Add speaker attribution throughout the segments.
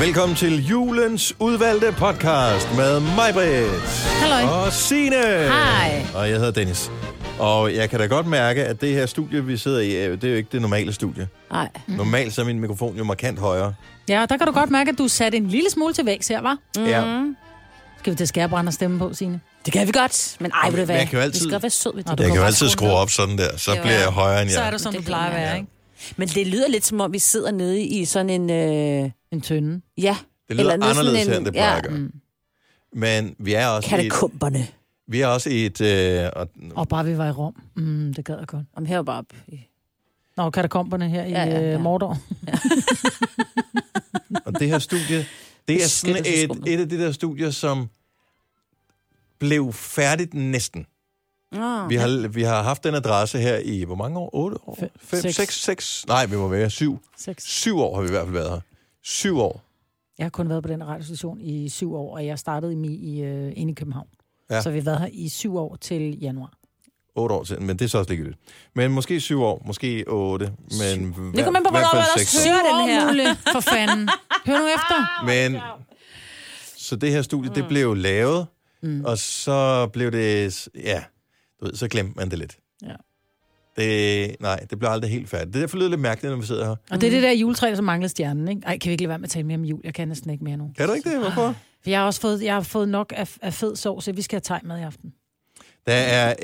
Speaker 1: Velkommen til julens udvalgte podcast med mig, Britt.
Speaker 2: Halløj.
Speaker 1: Og Signe.
Speaker 2: Hej.
Speaker 1: Og jeg hedder Dennis. Og jeg kan da godt mærke, at det her studie, vi sidder i, er jo- det er jo ikke det normale studie.
Speaker 2: Nej.
Speaker 1: Normalt så er min mikrofon jo markant højere.
Speaker 2: Ja, og der kan du godt mærke, at du satte en lille smule til vækst her, var?
Speaker 1: Ja.
Speaker 2: Skal vi til skærbrand og stemme på, Signe?
Speaker 3: Det kan vi godt, men ej, vil du
Speaker 1: Men
Speaker 3: være,
Speaker 1: jeg kan jo altid-
Speaker 3: vi skal godt være sød ved
Speaker 2: Nå,
Speaker 3: det.
Speaker 2: du
Speaker 1: Jeg kan jo
Speaker 2: bare
Speaker 1: altid
Speaker 2: skrue
Speaker 1: skrue
Speaker 2: ned.
Speaker 1: op sådan der, så
Speaker 3: Jo,
Speaker 1: bliver
Speaker 3: ja.
Speaker 1: jeg højere end
Speaker 2: Så er
Speaker 1: jeg.
Speaker 2: du, som
Speaker 3: Det
Speaker 2: du plejer at
Speaker 3: griner
Speaker 2: være,
Speaker 3: jeg.
Speaker 2: ikke?
Speaker 3: Men det lyder lidt som om, vi sidder nede i sådan en... Øh,
Speaker 2: En tynde.
Speaker 3: ja,
Speaker 1: Det lyder
Speaker 3: eller nede sådan
Speaker 1: anderledes her,
Speaker 3: en-
Speaker 1: end det plejer
Speaker 3: ja.
Speaker 1: at gøre.
Speaker 2: Mm.
Speaker 1: Men vi er også i et,
Speaker 3: katakomberne.
Speaker 1: vi er også i et øh, og,
Speaker 2: Og bare vi var i Rom. Mm, det gad jeg godt.
Speaker 3: Om her bare op.
Speaker 2: Nå, katakomberne her
Speaker 3: Ja,
Speaker 2: i
Speaker 3: ja,
Speaker 2: ja,
Speaker 3: ja.
Speaker 2: Mordor.
Speaker 1: og det her studie, det er sådan et,
Speaker 3: Beskyttelsesrummet.
Speaker 1: et af de der studier, som blev færdigt næsten.
Speaker 3: Oh.
Speaker 1: Vi har, vi har haft den adresse her i, hvor mange år? 8 år?
Speaker 2: Fem,
Speaker 1: 5,
Speaker 2: seks.
Speaker 1: 6, 6? Nej, vi må være 7.
Speaker 2: Seks.
Speaker 1: 7 år har vi i hvert fald været her. 7 år.
Speaker 2: Jeg har kun været på den radiostation i syv år, og jeg startede i, Mi- i, øh, inde i København.
Speaker 1: Ja.
Speaker 2: Ja. Så vi har været her i syv år til januar.
Speaker 1: 8 år siden, men det er så også ligegyldigt. Men måske 7 år, måske 8. Men
Speaker 3: Det kommer an på, hvornår du ellers hører den her.
Speaker 2: Mulle, for fanden. Hør nu efter.
Speaker 1: Men, så det her studie, det blev lavet, mm. og så blev det, ja, du ved, så glemte man det lidt.
Speaker 2: Ja.
Speaker 1: Det, nej, det blev aldrig helt færdigt. Det er derfor lyder lidt mærkeligt, når vi sidder her.
Speaker 2: Og det er det der juletræ, som mangler stjernen, ikke? Ej, kan vi ikke lade være med at tale mere om jul? Jeg kan næsten ikke mere nu.
Speaker 1: Kan du ikke det?
Speaker 3: Ah.
Speaker 1: Hvorfor?
Speaker 2: For jeg har også fået, jeg har fået nok af, af fed sovs, så vi skal have thai med i aften.
Speaker 1: Der er...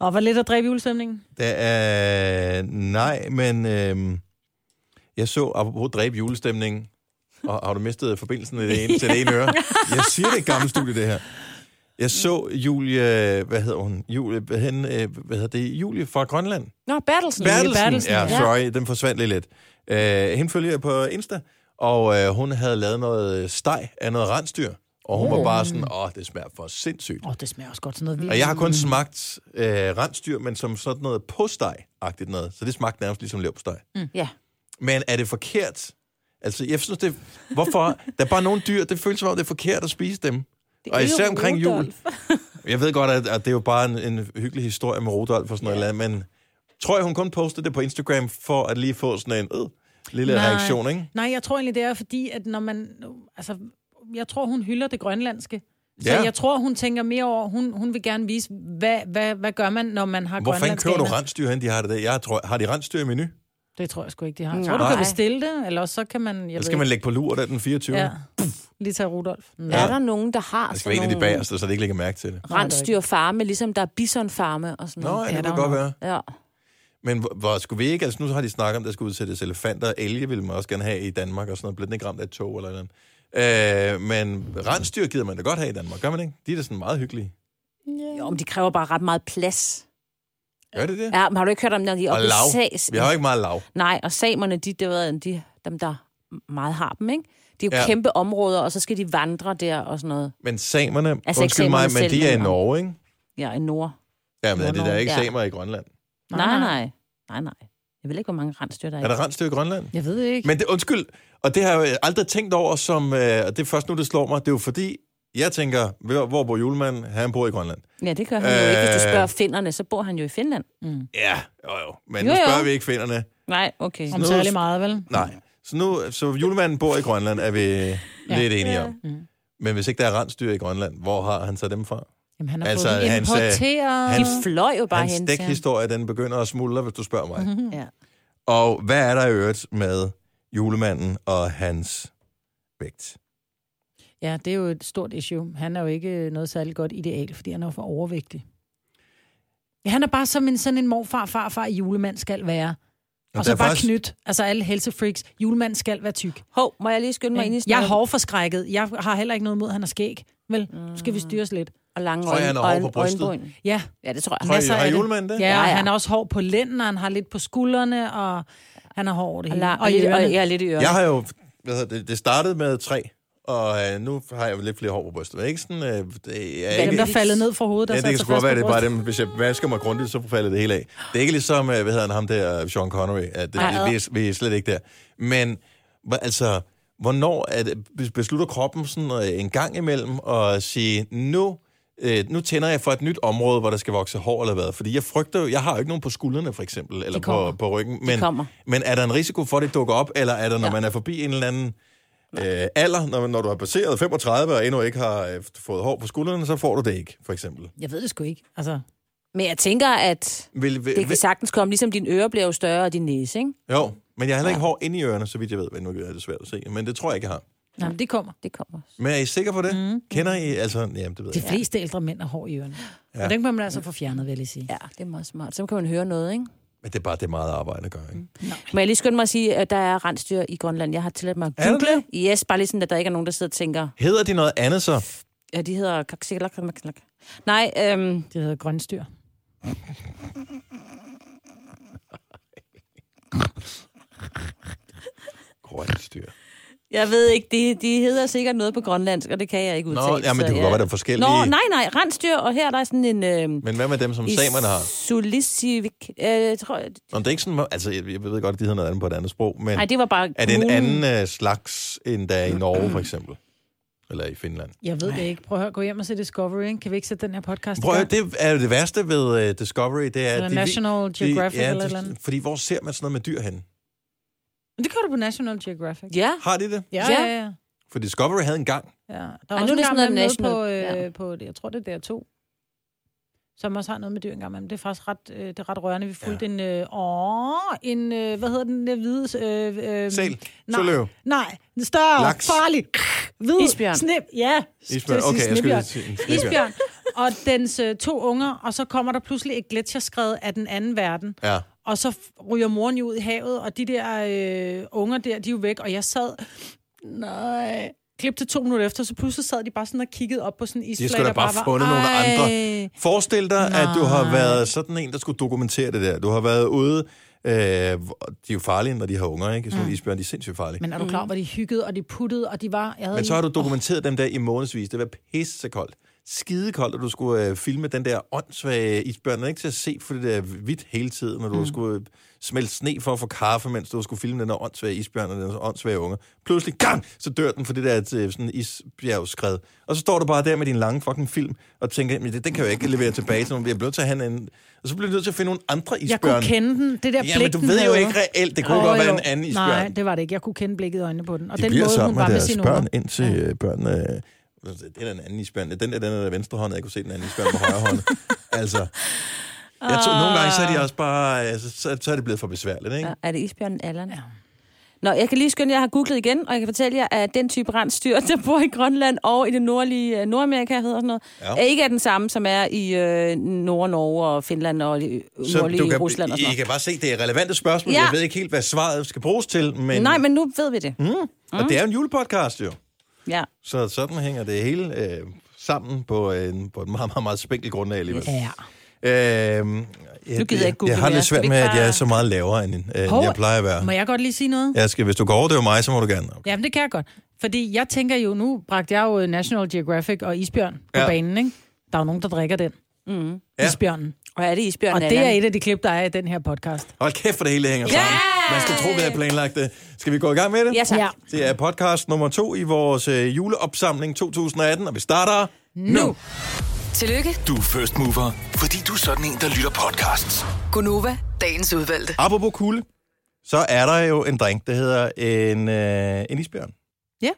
Speaker 2: Og var lidt at dræbe julestemningen?
Speaker 1: Der er nej, men øhm, jeg så, apropos dræbe julestemningen, og har du mistet forbindelsen i det ene, til det ene øre? Jeg siger det er et gammelt studie, det her. Jeg så Julie, hvad hedder hun? Julie, hvad, hende, øh, hvad hedder det? Julie fra Grønland.
Speaker 3: Nå, Bertelsen.
Speaker 1: Bertelsen.
Speaker 2: Bertelsen,
Speaker 1: Ja,
Speaker 2: ja.
Speaker 1: sorry, den forsvandt lige lidt. Øh, hende følger jeg på Insta, og øh, hun havde lavet noget steg af noget rensdyr, og hun oh. var bare sådan, åh, det smager for sindssygt.
Speaker 2: Åh, oh, det smager også godt sådan noget vildt.
Speaker 1: Mm. Og jeg har kun smagt øh, rensdyr, men som sådan noget postej-agtigt noget. Så det smagte nærmest ligesom leverpostej.
Speaker 3: Mm. Ja.
Speaker 1: Men er det forkert? Altså, jeg synes, det... Hvorfor? Der er bare nogle dyr, det føles som om, det er forkert at spise dem.
Speaker 3: Det
Speaker 1: Og
Speaker 3: er
Speaker 1: især
Speaker 3: jo
Speaker 1: omkring jul.
Speaker 3: Rudolf.
Speaker 1: Jeg ved godt, at, at det er jo bare en, en hyggelig historie med Rudolf og sådan noget, ja. men tror jeg, hun kun postede det på Instagram for at lige få sådan en øh, lille Nej.
Speaker 2: Nej.
Speaker 1: reaktion, ikke?
Speaker 2: Nej, jeg tror egentlig, det er fordi, at når man... Altså, jeg tror, hun hylder det grønlandske. Så
Speaker 1: Ja.
Speaker 2: jeg tror, hun tænker mere over, hun, hun vil gerne vise, hvad, hvad, hvad gør man, når man har
Speaker 1: Hvor fanden
Speaker 2: grønlandske
Speaker 1: køber du
Speaker 2: aner?
Speaker 1: rensdyr hen, de har det der? Jeg tror, har de rensdyr i menu? Eller
Speaker 2: Det tror jeg sgu ikke, de har. Jeg
Speaker 3: Nej.
Speaker 2: tror, du kan bestille det, eller også så kan man... Jeg ved
Speaker 1: skal man lægge på lur der den 24.
Speaker 2: ikke.
Speaker 1: Ja.
Speaker 2: Ja. Lige tage Rudolf. Mm.
Speaker 3: Er der nogen, der har
Speaker 1: Det skal være Altså,
Speaker 3: sådan
Speaker 1: en af de
Speaker 3: nogle
Speaker 1: bagerste, så det ikke lægger mærke til det.
Speaker 3: rensdyrfarme, ligesom der er bisonfarme og sådan
Speaker 1: Nå,
Speaker 3: noget?
Speaker 1: ja,
Speaker 2: Ja,
Speaker 1: det
Speaker 2: der
Speaker 1: må
Speaker 2: er
Speaker 1: godt
Speaker 2: nok.
Speaker 1: være.
Speaker 3: Ja.
Speaker 1: Men hvor, hvor skulle vi ikke, altså nu har de snakket om, der skal udsættes elefanter, elge vil man også gerne have i Danmark og sådan noget, bliver den ikke ramt af et tog eller noget. Øh, men rensdyr gider man da godt have i Danmark, gør man ikke? De er da sådan meget hyggelige.
Speaker 3: Jo, men de kræver bare ret meget plads.
Speaker 1: Gør det det?
Speaker 3: Ja, men har du ikke hørt om, når de er
Speaker 1: og
Speaker 3: oppe i
Speaker 1: lav.
Speaker 3: sas?
Speaker 1: Vi har jo ikke meget lav.
Speaker 3: Nej, og samerne, de, det var, de, dem der meget har dem, ikke? De er jo
Speaker 1: Ja.
Speaker 3: ja. kæmpe områder, og så skal de vandre der og sådan noget.
Speaker 1: Men samerne, altså,
Speaker 3: Altså ikke
Speaker 1: undskyld mig,
Speaker 3: samerne
Speaker 1: men de
Speaker 3: selv,
Speaker 1: er i
Speaker 3: men-
Speaker 1: Norge, ikke?
Speaker 3: Ja, i nord.
Speaker 1: Ja, men er det der ikke
Speaker 3: Ja.
Speaker 1: samer i Grønland?
Speaker 3: Nej, nej. Nej, nej. nej. Jeg ved ikke, hvor mange rensdyr der er.
Speaker 1: Er der rensdyr i Grønland?
Speaker 2: Jeg ved det ikke.
Speaker 1: Men det, undskyld, og det har jeg jo aldrig tænkt over, som, øh, og det er først nu, det slår mig, det er jo fordi, jeg tænker, hvor- hvor bor julemanden? Han bor i Grønland.
Speaker 3: Ja, det gør han øh... jo ikke. Hvis du
Speaker 1: Øh.
Speaker 3: spørger finnerne, så bor han jo i Finland.
Speaker 1: Ja, jo jo, men
Speaker 3: Jo,
Speaker 1: nu
Speaker 3: jo.
Speaker 1: spørger vi ikke finderne.
Speaker 3: Nej, okay.
Speaker 2: Om særlig meget, vel?
Speaker 1: Nej. Så nu, så julemanden bor i Grønland, er vi lidt enige om.
Speaker 2: Mm.
Speaker 1: Men hvis ikke der er rensdyr i Grønland, hvor har han så dem fra?
Speaker 2: Jamen, han har
Speaker 1: Altså,
Speaker 2: altså, fået dem
Speaker 1: hans, øh,
Speaker 2: importeret.
Speaker 1: hans-
Speaker 3: De fløj jo bare
Speaker 1: Hans
Speaker 3: hen til ham. Hmm.
Speaker 1: dækhistorie, den begynder at smuldre, hvis du spørger mig.
Speaker 2: Mhm.
Speaker 3: Ja.
Speaker 1: Og hvad er der i øvrigt med julemanden og hans vægt?
Speaker 2: Ja, det er jo et stort issue. Han er jo ikke noget særligt godt ideal, fordi han er jo for overvægtig. Ja, han er bare som en, sådan en morfar, farfar, julemand skal være. Og,
Speaker 1: Og
Speaker 2: og
Speaker 1: der er
Speaker 2: så bare
Speaker 1: faktisk-
Speaker 2: faktisk... knyt. Altså alle helsefreaks. Julemanden skal være tyk.
Speaker 3: Hov, må jeg lige skynde mig ind i
Speaker 2: Jeg er
Speaker 3: snakken?
Speaker 2: hårdforskrækket. Jeg har heller ikke noget imod, at han er skæg. Vel, nu skal
Speaker 3: Mm.
Speaker 2: vi styres lidt.
Speaker 3: Og lange
Speaker 1: Tror jeg, han er hård
Speaker 3: øjne,
Speaker 1: på
Speaker 3: øjne,
Speaker 1: brystet?
Speaker 3: øjenbryn.
Speaker 2: Ja,
Speaker 3: Ja, det tror jeg.
Speaker 1: Tror I,
Speaker 2: Masser
Speaker 1: har
Speaker 2: af det.
Speaker 1: julemand det?
Speaker 2: ja, ja,
Speaker 3: ja.
Speaker 2: ja. han er også hård på lænden, og han har lidt på skuldrene, og han er hård over det
Speaker 3: Og,
Speaker 2: hele.
Speaker 3: lang, og, lidt, og
Speaker 2: ørerne.
Speaker 3: jeg er lidt i ørerne.
Speaker 1: Jeg har jo, hvad hedder det, det startede med tre, og øh, nu har jeg jo lidt flere hår på brystet. Men Ikke sådan, øh, det er
Speaker 2: Dem,
Speaker 1: ikke,
Speaker 2: der faldet ned fra hovedet, der
Speaker 1: Ja, det
Speaker 2: satte
Speaker 1: kan
Speaker 2: sig
Speaker 1: sgu godt
Speaker 2: fast
Speaker 1: være, det
Speaker 2: på
Speaker 1: er bare
Speaker 2: brystet.
Speaker 1: dem, hvis jeg vasker mig grundigt, så falder det hele af. Det er ikke ligesom, øh, hvad hedder han, ham der, Sean Connery. Ja, det,
Speaker 2: Ej,
Speaker 1: vi, er, vi er slet ikke der. Men, hva- altså, hvornår er det, bes- beslutter kroppen sådan øh, en gang imellem at sige, nu øh, nu tænder jeg for et nyt område, hvor der skal vokse hår eller hvad. Fordi jeg frygter jo, jeg har jo ikke nogen på skuldrene for eksempel, eller på,
Speaker 3: kommer.
Speaker 1: på ryggen.
Speaker 3: Men,
Speaker 1: Men,
Speaker 3: de kommer.
Speaker 1: men er der en risiko for, at det dukker op, eller er der, når ja.
Speaker 3: Ja.
Speaker 1: man er forbi en eller anden øh, alder, når, man- når du har passeret 35 og endnu ikke har øh, fået hår på skuldrene, så får du det ikke, for eksempel.
Speaker 2: Jeg ved det sgu ikke. Altså,
Speaker 3: Men jeg tænker, at
Speaker 1: Vil, vil,
Speaker 3: det kan
Speaker 1: vil,
Speaker 3: sagtens komme, ligesom din øre bliver jo større, og din næse, ikke?
Speaker 1: jo, men jeg har heller ikke hår inde i ørerne, så vidt jeg ved. Men nu er det svært at se, men det tror jeg ikke, jeg har.
Speaker 2: nej, men det kommer.
Speaker 3: Det kommer.
Speaker 1: Men er I sikre på det? Mm. Kender I? Altså, jamen, det ved
Speaker 2: De
Speaker 1: jeg.
Speaker 2: fleste ældre mænd har hår i ørerne. Ja. Og den kan man altså få fjernet, vil jeg sige.
Speaker 3: Ja, det er meget smart. Så kan man høre noget, ikke?
Speaker 1: Men det er bare det er meget arbejde at gøre, ikke? Mm.
Speaker 3: Må jeg lige skynde mig at sige, at der er rensdyr i Grønland. Jeg har tilladt mig at
Speaker 1: Er der
Speaker 3: google. Yes, bare lige sådan, at der ikke er nogen, der sidder og tænker,
Speaker 1: Hedder de noget andet så?
Speaker 3: ja, de hedder kaksikkelak. Nej, øhm,
Speaker 2: Det hedder grønstyr.
Speaker 1: Grønstyr.
Speaker 3: jeg ved ikke, de, de hedder sikkert noget på grønlandsk, og det kan jeg ikke udtale.
Speaker 1: Nå, jamen, det
Speaker 3: så
Speaker 1: kunne
Speaker 3: jeg-
Speaker 1: godt være, der er forskellige...
Speaker 3: Nå, nej, nej, rensdyr, og her er der er sådan en... Øhm,
Speaker 1: Men hvad med dem, som samerne har?
Speaker 3: Solisivik. Øh, jeg tror,
Speaker 1: Nå, det er ikke sådan... Altså, jeg jeg ved godt, at de hedder noget andet på et andet sprog, men
Speaker 3: nej, det var bare...
Speaker 1: er det en
Speaker 2: Mm.
Speaker 3: kommunen.
Speaker 1: anden øh, slags, end der er i Norge, for eksempel? Eller i Finland?
Speaker 2: Jeg ved det ikke. Prøv at høre, gå hjem og se Discovery. ikke? Kan vi ikke sætte den her podcast
Speaker 1: Prøv
Speaker 2: i
Speaker 1: at,
Speaker 2: gang?
Speaker 1: høre, det er jo det værste ved uh, Discovery, det er...
Speaker 2: Eller
Speaker 1: de vi-
Speaker 2: National
Speaker 1: de-
Speaker 2: Geographic
Speaker 1: ja, det-
Speaker 2: eller et eller andet.
Speaker 1: Fordi hvor ser man sådan noget med dyr hen?
Speaker 2: Men det kan du på National Geographic.
Speaker 3: Ja,
Speaker 1: Har de det?
Speaker 2: Ja,
Speaker 3: Ja.
Speaker 2: ja, ja.
Speaker 1: For Discovery havde en gang.
Speaker 2: ja. Der er også
Speaker 3: nu er
Speaker 2: en
Speaker 3: det
Speaker 2: gang
Speaker 3: sådan noget
Speaker 2: med
Speaker 3: national-
Speaker 2: på, øh,
Speaker 3: ja.
Speaker 2: på, det- jeg tror det er DR2, som også har noget med dyr engang. Men det er faktisk ret, øh, det er ret rørende. Vi fulgte ja. en, øh, åh, en, øh, hvad hedder den der hvide... Øh, øh,
Speaker 1: Sæl.
Speaker 2: nej.
Speaker 1: Søløv.
Speaker 2: Nej, en
Speaker 1: Laks.
Speaker 2: større, Laks. farlig, hvid,
Speaker 3: Isbjørn.
Speaker 2: snip, ja,
Speaker 1: Isbjørn. Okay, jeg skulle lige sige en snebjørn.
Speaker 2: Isbjørn. og dens øh, to unger, og så kommer der pludselig et gletsjerskred af den anden verden.
Speaker 1: Ja.
Speaker 2: Og så f- ryger moren jo ud i havet, og de der øh, unger der, de er jo væk, og jeg sad... Nej... Klip til to minutter efter, så pludselig sad de bare sådan og kiggede op på sådan en isflage,
Speaker 1: skulle da
Speaker 2: der
Speaker 1: bare
Speaker 2: var,
Speaker 1: fundet nogle
Speaker 2: "Ej."
Speaker 1: andre. Forestil dig, Nej. at du har været sådan en, der skulle dokumentere det der. Du har været ude... Øh, hvor- de er jo farlige, når de har unger, ikke? Sådan mm. isbjørn, de er sindssygt farlige. Men,
Speaker 2: Men er du klar, hvor de hyggede, og de puttede, og de var... Jeg havde
Speaker 1: Men så har
Speaker 2: lige-
Speaker 1: du dokumenteret dem der i månedsvis. Det var pissekoldt. Skidekoldt, at du skulle øh, filme den der åndssvage isbjørn. Den er ikke til at se, for det der hvidt hele tiden, når du mm. skulle øh, smelte sne for at få kaffe, mens du skulle filme den der åndssvage isbjørn og den der åndssvage unge. Pludselig, gang, så dør den for det der øh, sådan isbjergskred. Og så står du bare der med din lange fucking film og tænker, men det, den kan jeg jo ikke levere tilbage til nogen. Jeg bliver nødt til at have en... Og så bliver du nødt til at finde nogle andre
Speaker 2: Jeg
Speaker 1: isbjørn.
Speaker 2: kunne kende den, det der blik,
Speaker 1: Ja, men du
Speaker 2: den
Speaker 1: ved jo
Speaker 2: havde.
Speaker 1: ikke reelt. Det kunne oh,
Speaker 2: Åh,
Speaker 1: godt være
Speaker 2: jo.
Speaker 1: en anden isbjørn.
Speaker 2: Nej, det var det ikke. Jeg kunne kende blikket i øjnene på den. Og
Speaker 1: De
Speaker 2: den
Speaker 1: bliver
Speaker 2: måde,
Speaker 1: sammen
Speaker 2: hun
Speaker 1: med
Speaker 2: var med
Speaker 1: deres
Speaker 2: sine
Speaker 1: børn,
Speaker 2: unger.
Speaker 1: indtil ja. børnene... Øh, det er den anden isbjørn. Den der, den der venstre hånd, jeg kunne se den anden isbjørn på højre hånd. Altså, jeg tror, nogle gange så er de også bare... Altså, så, så er det blevet for besværligt, ikke?
Speaker 3: Ja, er det isbjørnen Allan?
Speaker 2: Ja.
Speaker 3: Nå, jeg kan lige skynde, jeg har googlet igen, og jeg kan fortælle jer, at den type rensdyr, der bor i Grønland og i det nordlige øh, Nordamerika, hedder sådan noget,
Speaker 1: Ja.
Speaker 3: ja. er ikke er den samme, som er i øh, Nord-Norge og Finland og øh,
Speaker 1: Så du
Speaker 3: nordlige
Speaker 1: kan,
Speaker 3: Rusland og sådan
Speaker 1: I
Speaker 3: noget.
Speaker 1: kan bare se, det er relevante spørgsmål. Ja.
Speaker 3: Ja.
Speaker 1: Jeg ved ikke helt, hvad svaret skal bruges til, men...
Speaker 3: Nej, men nu ved vi det. Mm.
Speaker 1: Og det er jo en julepodcast, jo.
Speaker 3: Ja.
Speaker 1: Så sådan hænger det hele øh, sammen på, en, på et meget, meget, meget spænkelt grundlag alligevel.
Speaker 2: Ja.
Speaker 1: Øh, jeg, nu gider
Speaker 3: jeg ikke google
Speaker 1: jeg har
Speaker 3: mere.
Speaker 1: lidt
Speaker 3: Skal
Speaker 1: svært
Speaker 3: vi
Speaker 1: med,
Speaker 3: ikke
Speaker 1: at jeg er
Speaker 3: bare-
Speaker 1: så meget lavere, end, øh, end
Speaker 2: Hov,
Speaker 1: jeg plejer at være.
Speaker 2: Må jeg godt lige sige noget?
Speaker 1: Jeg skal, hvis du går over, det mig, så må du gerne. Okay.
Speaker 2: Jamen, det kan jeg godt. Fordi jeg tænker jo, nu bragte jeg jo øh, National Geographic og Isbjørn på
Speaker 1: Ja.
Speaker 2: ja. banen, ikke? Der er jo nogen, der drikker den.
Speaker 3: Mm.
Speaker 1: Ja.
Speaker 2: Ja. Isbjørnen.
Speaker 3: Og er det isbjørnen
Speaker 2: Og det er
Speaker 3: Allan?
Speaker 2: et af de klip, der er i den her podcast.
Speaker 1: Hold kæft, for det hele hænger sammen.
Speaker 3: Ja!
Speaker 1: Man skal tro, vi havde planlagt det. Skal vi gå i gang med det?
Speaker 3: Ja, tak.
Speaker 2: Ja.
Speaker 3: Ja.
Speaker 1: Det er podcast nummer to i vores øh, juleopsamling 2018, og vi starter...
Speaker 2: Nu!
Speaker 4: Tillykke,
Speaker 5: Du er first mover, fordi du er sådan en, der lytter podcasts.
Speaker 4: Gunova, dagens udvalgte.
Speaker 1: Apropos kulde, så er der jo en drink, der hedder en, øh, en isbjørn.
Speaker 3: ja.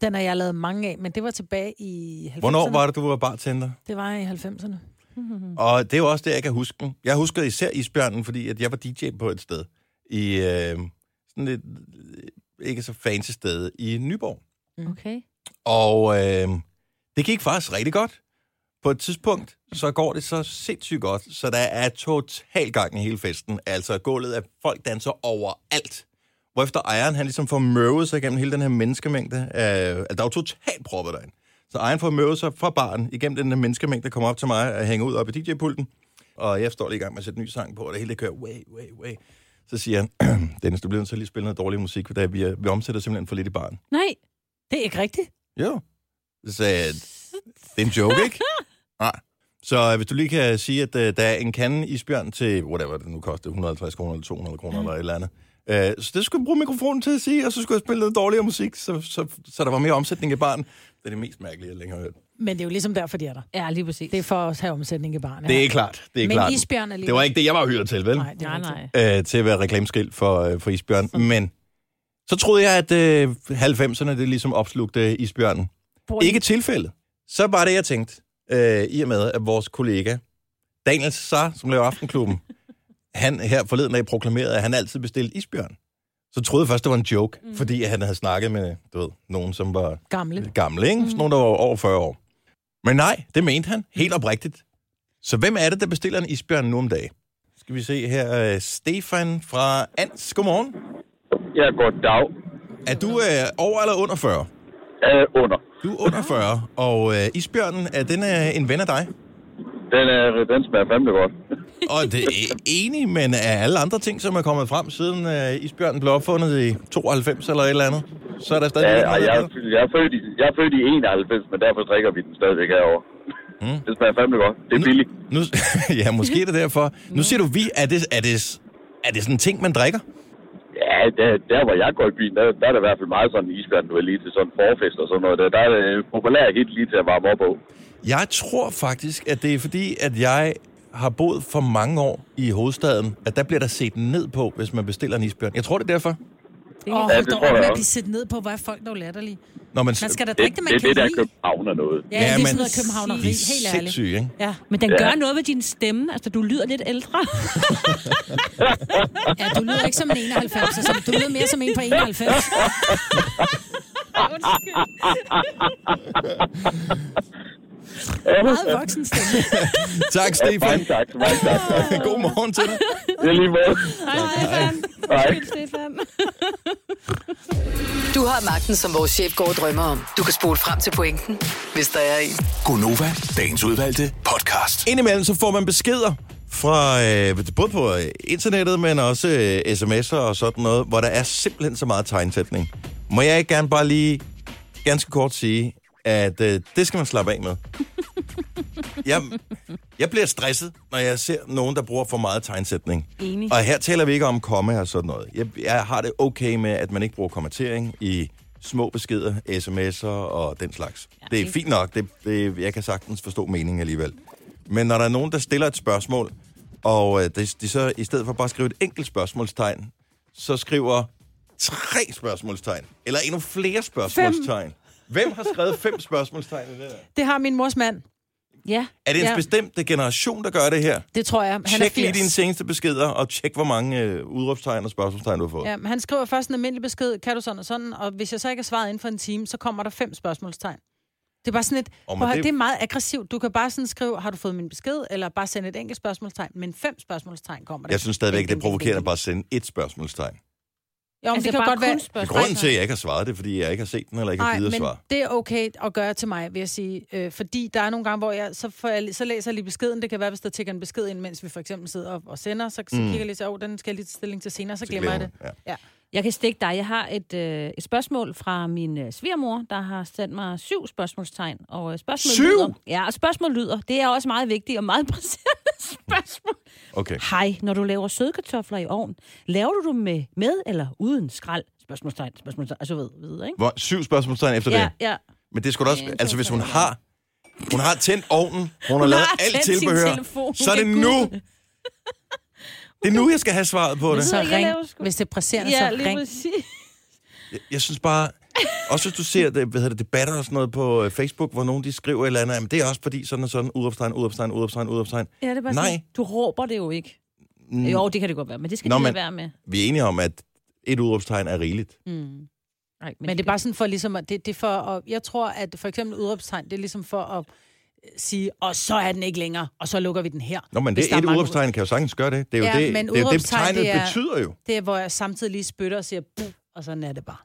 Speaker 2: Den har jeg lavet mange af, men det var tilbage i 90'erne.
Speaker 1: Hvornår var det, du var bartender?
Speaker 2: det? var i 90'erne.
Speaker 3: Mm.
Speaker 1: Og det er jo også det, jeg kan huske. den. Jeg husker især isbjørnen, fordi at jeg var DJ på et sted i øh, sådan et øh, ikke så fancy sted i Nyborg.
Speaker 2: Mm.
Speaker 3: Okay.
Speaker 1: Og øh, det gik faktisk rigtig godt. På et tidspunkt, så går det så sindssygt godt, så der er total gang i hele festen. Altså gulvet af folk danser overalt. Hvorefter ejeren, han ligesom får møvet sig igennem hele den her menneskemængde. Øh, altså, der er jo totalt proppet derinde. Så ejeren får møvet sig fra baren igennem den her menneskemængde, der kommer op til mig og hænger ud op i DJ-pulten. Og jeg står lige i gang med at sætte en ny sang på, og det hele det kører way, way, way. Så siger han, Dennis, du bliver nødt til at lige spille noget dårlig musik, for vi, er- vi omsætter simpelthen for lidt i baren.
Speaker 3: Nej.
Speaker 2: Det er ikke rigtigt.
Speaker 1: Jo. Så sagde jeg, det er en joke, ikke? Nej. Så øh, hvis du lige kan sige, at øh, der er en kande isbjørn til, whatever det nu koster, 150 kroner eller 200 kroner eller et eller andet, Øh, så det skulle jeg bruge mikrofonen til at sige, og så skulle jeg spille noget dårligere musik, så, så, så der var mere omsætning i barn. Det er det mest mærkelige, jeg længe har hørt.
Speaker 2: Men det er jo ligesom derfor, de er der.
Speaker 6: Ja, lige præcis.
Speaker 2: Det er for at have omsætning i barnet.
Speaker 1: Det er klart. Det er
Speaker 2: Men
Speaker 1: klart.
Speaker 2: isbjørn er lige...
Speaker 1: Det var ikke det, jeg var hyret til, vel?
Speaker 2: Nej, det er
Speaker 6: nej,
Speaker 2: rigtigt.
Speaker 6: nej.
Speaker 1: øh, til at være reklameskilt for, øh, for isbjørn. Men så troede jeg, at øh, 90'erne det ligesom opslugte isbjørnen.
Speaker 2: Boing.
Speaker 1: Ikke tilfældet. Så var det, jeg tænkte, øh, i og med, at vores kollega Daniel Saar, som laver Aftenklubben, han her forleden dag proklamerede, at han altid bestilte isbjørn. Så troede jeg først, det var en joke, mm. fordi han havde snakket med, du ved, nogen, som var
Speaker 2: Gamle.
Speaker 1: lidt gamle, ikke? Sådan nogen, der var over 40 år. Men nej, det mente han. Helt oprigtigt. Så hvem er det, der bestiller en isbjørn nu om dagen? Skal vi se her. øh, Stefan fra Ans. Godmorgen.
Speaker 7: Ja, goddag.
Speaker 1: Er du øh, over eller under 40?
Speaker 7: Øh, under.
Speaker 1: Du er under 40, og øh, isbjørnen, er den øh, en ven af dig?
Speaker 7: Den, er, den smager fandme godt.
Speaker 1: Og det er enig, men er alle andre ting, som er kommet frem, siden øh, isbjørnen blev opfundet i 92 eller et eller andet, så er der stadig
Speaker 7: Ja,
Speaker 1: en, der
Speaker 7: og jeg,
Speaker 1: hedder
Speaker 7: er født- jeg, er født i, jeg er født i 91, men derfor drikker vi den stadigvæk herovre. Mm. Det smager fandme godt. Det
Speaker 1: Mm.
Speaker 7: er billigt.
Speaker 1: Nu, ja, måske er det derfor. Nu siger du vi. Er det, er det, er det sådan en ting, man drikker?
Speaker 7: Ja, der, der hvor jeg går i byen, der, der er der i hvert fald meget sådan en isbjørn, du er lige til sådan en forfest og sådan noget. Der, der er det populært helt lige til at varme op på.
Speaker 1: Jeg tror faktisk, at det er fordi, at jeg har boet for mange år i hovedstaden, at der bliver der set ned på, hvis man bestiller en isbjørn. Jeg tror, det er derfor.
Speaker 2: Åh, oh,
Speaker 7: Ja,
Speaker 2: hold
Speaker 7: det
Speaker 2: da
Speaker 7: tror
Speaker 2: op
Speaker 7: jeg
Speaker 2: med at
Speaker 7: også.
Speaker 2: blive siddet ned på. Hvor er folk dog latterlige.
Speaker 1: Når man,
Speaker 2: Man skal da
Speaker 7: Det,
Speaker 2: drikke det, man
Speaker 7: det er
Speaker 2: kan
Speaker 7: det, der er
Speaker 2: lide.
Speaker 7: København og noget.
Speaker 2: Ja,
Speaker 1: Ja,
Speaker 2: det er
Speaker 1: men-
Speaker 2: sådan noget københavneri,
Speaker 1: de er
Speaker 2: helt ærligt.
Speaker 1: sindssyge, ikke?
Speaker 6: Ja, men den
Speaker 7: Ja.
Speaker 6: ja. gør noget ved din stemme. Altså, du lyder lidt ældre.
Speaker 2: Ja, du lyder ikke som en 91, så du lyder mere som en på 91. Meget voksen stemme.
Speaker 1: Tak, Stefan.
Speaker 7: Mange tak, mange tak.
Speaker 1: God morgen til dig.
Speaker 7: Det er lige måde. Hej.
Speaker 3: Stefan.
Speaker 4: Du har magten, som vores chef går og drømmer om. Du kan spole frem til pointen, hvis der er en.
Speaker 5: Gonova, dagens udvalgte podcast.
Speaker 1: Indimellem så får man beskeder fra øh, både på øh, internettet, men også øh, sms'er og sådan noget, hvor der er simpelthen så meget tegnsætning. Må jeg ikke gerne bare lige ganske kort sige, at øh, det skal man slappe af med. Jeg, jeg bliver stresset, når jeg ser nogen, der bruger for meget tegnsætning.
Speaker 6: Enig.
Speaker 1: Og her taler vi ikke om komme og sådan noget. Jeg, jeg har det okay med, at man ikke bruger kommentering i små beskeder, sms'er og den slags. Ja, det er fint nok. Det, det, jeg kan sagtens forstå meningen alligevel. Men når der er nogen, der stiller et spørgsmål, og øh, de, de så i stedet for bare at skrive et enkelt spørgsmålstegn, så skriver tre spørgsmålstegn, eller endnu flere spørgsmålstegn. Fem. Hvem har skrevet fem spørgsmålstegn i det her?
Speaker 2: Det har min mors mand.
Speaker 6: ja.
Speaker 1: Er det en
Speaker 2: Ja.
Speaker 1: ja. bestemt generation, der gør det her?
Speaker 2: Det tror jeg. Han
Speaker 1: Han
Speaker 2: er
Speaker 1: tjek lige
Speaker 2: 80.
Speaker 1: dine seneste beskeder, og tjek, hvor mange øh, udråbstegn og spørgsmålstegn, du har fået. Ja.
Speaker 2: Ja, men han skriver først en almindelig besked, kan du sådan og sådan, og hvis jeg så ikke har svaret inden for en time, så kommer der fem spørgsmålstegn. Det er bare sådan et,
Speaker 1: Åh, men
Speaker 2: oh, det...
Speaker 1: det-
Speaker 2: det er meget aggressivt. Du kan bare sådan skrive, har du fået min besked, eller bare sende et enkelt spørgsmålstegn, men fem spørgsmålstegn kommer der.
Speaker 1: Jeg synes stadigvæk, det er
Speaker 2: Ding, ding,
Speaker 1: provokerende
Speaker 2: ding,
Speaker 1: bare at sende et spørgsmålstegn.
Speaker 2: ding. Jo, men altså, det kan godt være...
Speaker 1: Grunden til, at jeg ikke har svaret det, er, fordi jeg ikke har set den, eller ikke har
Speaker 2: Nej,
Speaker 1: givet at
Speaker 2: men
Speaker 1: svare.
Speaker 2: det er okay at gøre til mig, vil jeg sige. Øh, fordi der er nogle gange, hvor jeg så, får jeg, så læser jeg lige beskeden. Det kan være, hvis der tigger en besked ind, mens vi for eksempel sidder og, og sender. Så,
Speaker 1: Mm.
Speaker 2: så kigger jeg lige så, åh, den skal jeg lige til stilling til senere, så, så glemmer jeg det.
Speaker 1: Ja.
Speaker 6: Jeg kan stikke dig. Jeg har et, øh, et spørgsmål fra min øh, svigermor, der har sendt mig syv spørgsmålstegn. Og øh, spørgsmålet
Speaker 1: Syv?
Speaker 6: lyder... Ja, og spørgsmål lyder. Det er også meget vigtigt og meget presserende spørgsmål.
Speaker 1: Okay.
Speaker 6: Hej, når du laver sødkartofler i ovnen, laver du dem med, med eller uden skrald? Spørgsmålstegn, spørgsmålstegn, altså ved, ved, ikke?
Speaker 1: Hvor, syv spørgsmålstegn efter ja.
Speaker 6: Ja,
Speaker 1: det.
Speaker 6: ja.
Speaker 1: Men det skulle da også... Altså, hvis hun har... Hun har tændt ovnen, hun har
Speaker 6: Hun
Speaker 1: lavet
Speaker 6: har
Speaker 1: alt
Speaker 6: tændt sin
Speaker 1: tilbehør,
Speaker 6: telefon.
Speaker 1: så er det
Speaker 6: Hun kan
Speaker 1: nu...
Speaker 6: google.
Speaker 1: Det er nu, jeg skal have svaret på det.
Speaker 6: ved
Speaker 2: Så
Speaker 6: jeg ikke, jeg laver
Speaker 2: ring,
Speaker 6: sgu-
Speaker 2: hvis det er presserende,
Speaker 6: Ja,
Speaker 2: ja, så
Speaker 6: lige
Speaker 2: Altså, ring.
Speaker 6: præcis.
Speaker 1: Jeg synes bare, også hvis du ser det, hvad hedder det, debatter og sådan noget på øh, Facebook, hvor nogen de skriver et eller andet, men det er også fordi sådan og sådan, udopstegn, udopstegn, udopstegn, udopstegn.
Speaker 6: Ja, det er bare
Speaker 1: Nej.
Speaker 6: Sådan, du råber det jo ikke. Mm. Jo, det kan det godt være, men det skal Nå,
Speaker 1: Nå,
Speaker 6: det
Speaker 1: men-
Speaker 6: men... være med.
Speaker 1: Vi er enige om, at et udråbstegn er rigeligt.
Speaker 6: Mm. Nej,
Speaker 2: Men det er bare sådan for ligesom, at det, det er for at, jeg tror, at for eksempel udråbstegn, det er ligesom for at øh, sige, og så er den ikke længere, og så lukker vi den her.
Speaker 1: Nå, men
Speaker 2: Hvis
Speaker 1: det
Speaker 2: der er
Speaker 1: et
Speaker 2: mange-
Speaker 1: udråbstegn kan jo sagtens gøre det. Det er jo
Speaker 2: Ja,
Speaker 1: det,
Speaker 2: men
Speaker 1: det, er jo det
Speaker 2: udråbstegn,
Speaker 1: tegnet
Speaker 2: det er-
Speaker 1: betyder jo.
Speaker 2: Det er, hvor jeg samtidig lige spytter og siger, Buh, og sådan er det bare.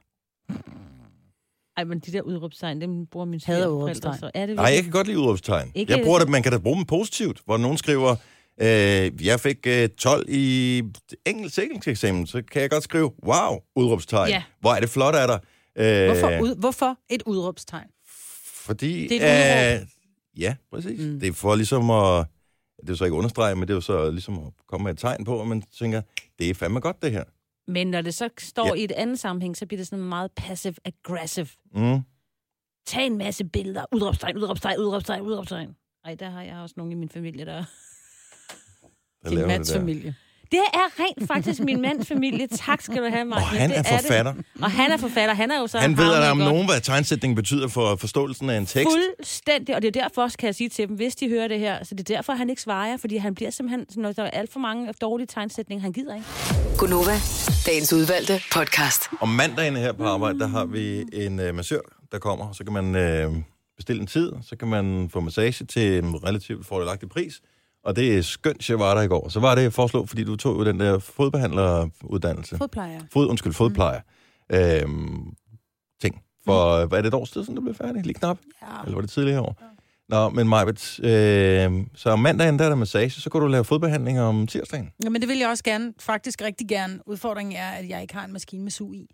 Speaker 6: Ej, men de der udråbstegn, dem bruger min
Speaker 2: Hader
Speaker 6: svigerforældre,
Speaker 2: udråbstegn.
Speaker 6: så er det
Speaker 1: Nej, jeg kan godt lide udråbstegn.
Speaker 6: Ikke-
Speaker 1: Jeg bruger det, man kan da bruge dem positivt, hvor nogen skriver, øh, jeg fik øh, 12 i engelsk engelskeksamen, så kan jeg godt skrive, wow, udråbstegn.
Speaker 6: Ja.
Speaker 1: Hvor er det flot af dig. Øh,
Speaker 2: Hvorfor, ud, hvorfor et udråbstegn?
Speaker 1: Fordi...
Speaker 2: Det er et
Speaker 1: øh, Ja, præcis. Mm. Det er for ligesom at... Det er jo så ikke understrege, men det er jo så ligesom at komme med et tegn på, at man tænker, det er fandme godt det her.
Speaker 3: Men når det så står
Speaker 1: Ja.
Speaker 3: ja. i et andet sammenhæng, så bliver det sådan meget passive-aggressive.
Speaker 1: Mm.
Speaker 3: Tag en masse billeder. Udropstegn, udropstegn, udropstegn, udropstegn. Ej, der har jeg også nogen i min familie, der...
Speaker 1: Der
Speaker 2: Din
Speaker 1: laver det
Speaker 2: mands
Speaker 1: der.
Speaker 2: familie.
Speaker 3: Det er rent faktisk min mands familie. Tak skal du have, Maja.
Speaker 1: Og han
Speaker 3: Det
Speaker 1: er
Speaker 3: det.
Speaker 1: forfatter.
Speaker 3: Og han er forfatter. Han er jo så...
Speaker 1: Han ved,
Speaker 3: hamrende
Speaker 1: at om
Speaker 3: godt.
Speaker 1: nogen, hvad tegnsætning betyder for forståelsen af en tekst.
Speaker 3: Fuldstændig, og det er derfor, kan jeg sige til dem, hvis de hører det her, så det er derfor, han ikke svarer jer, fordi han bliver simpelthen, når der er alt for mange dårlige tegnsætninger, han gider ikke.
Speaker 4: Gunova, dagens udvalgte podcast.
Speaker 1: Om mandagen her på arbejde, der har vi en øh, massør, der kommer. Så kan man øh, bestille en tid, så kan man få massage til en relativt fordelagtig pris. Og det er skønt, jeg var der i går. Så var det, jeg foreslog, fordi du tog jo den der fodbehandleruddannelse.
Speaker 2: Fodplejer.
Speaker 1: Fod, undskyld, fodplejer. Øhm, ting. For mm. hvad er det et år siden, du blev færdig? Lige knap? Ja. Eller var det tidligere år? Ja. Nå, men Majbet, øh, så om mandagen, der er der massage, så går du lave fodbehandling om tirsdagen.
Speaker 2: Ja, men det vil jeg også gerne, faktisk rigtig gerne. Udfordringen er, at jeg ikke har en maskine med sug i.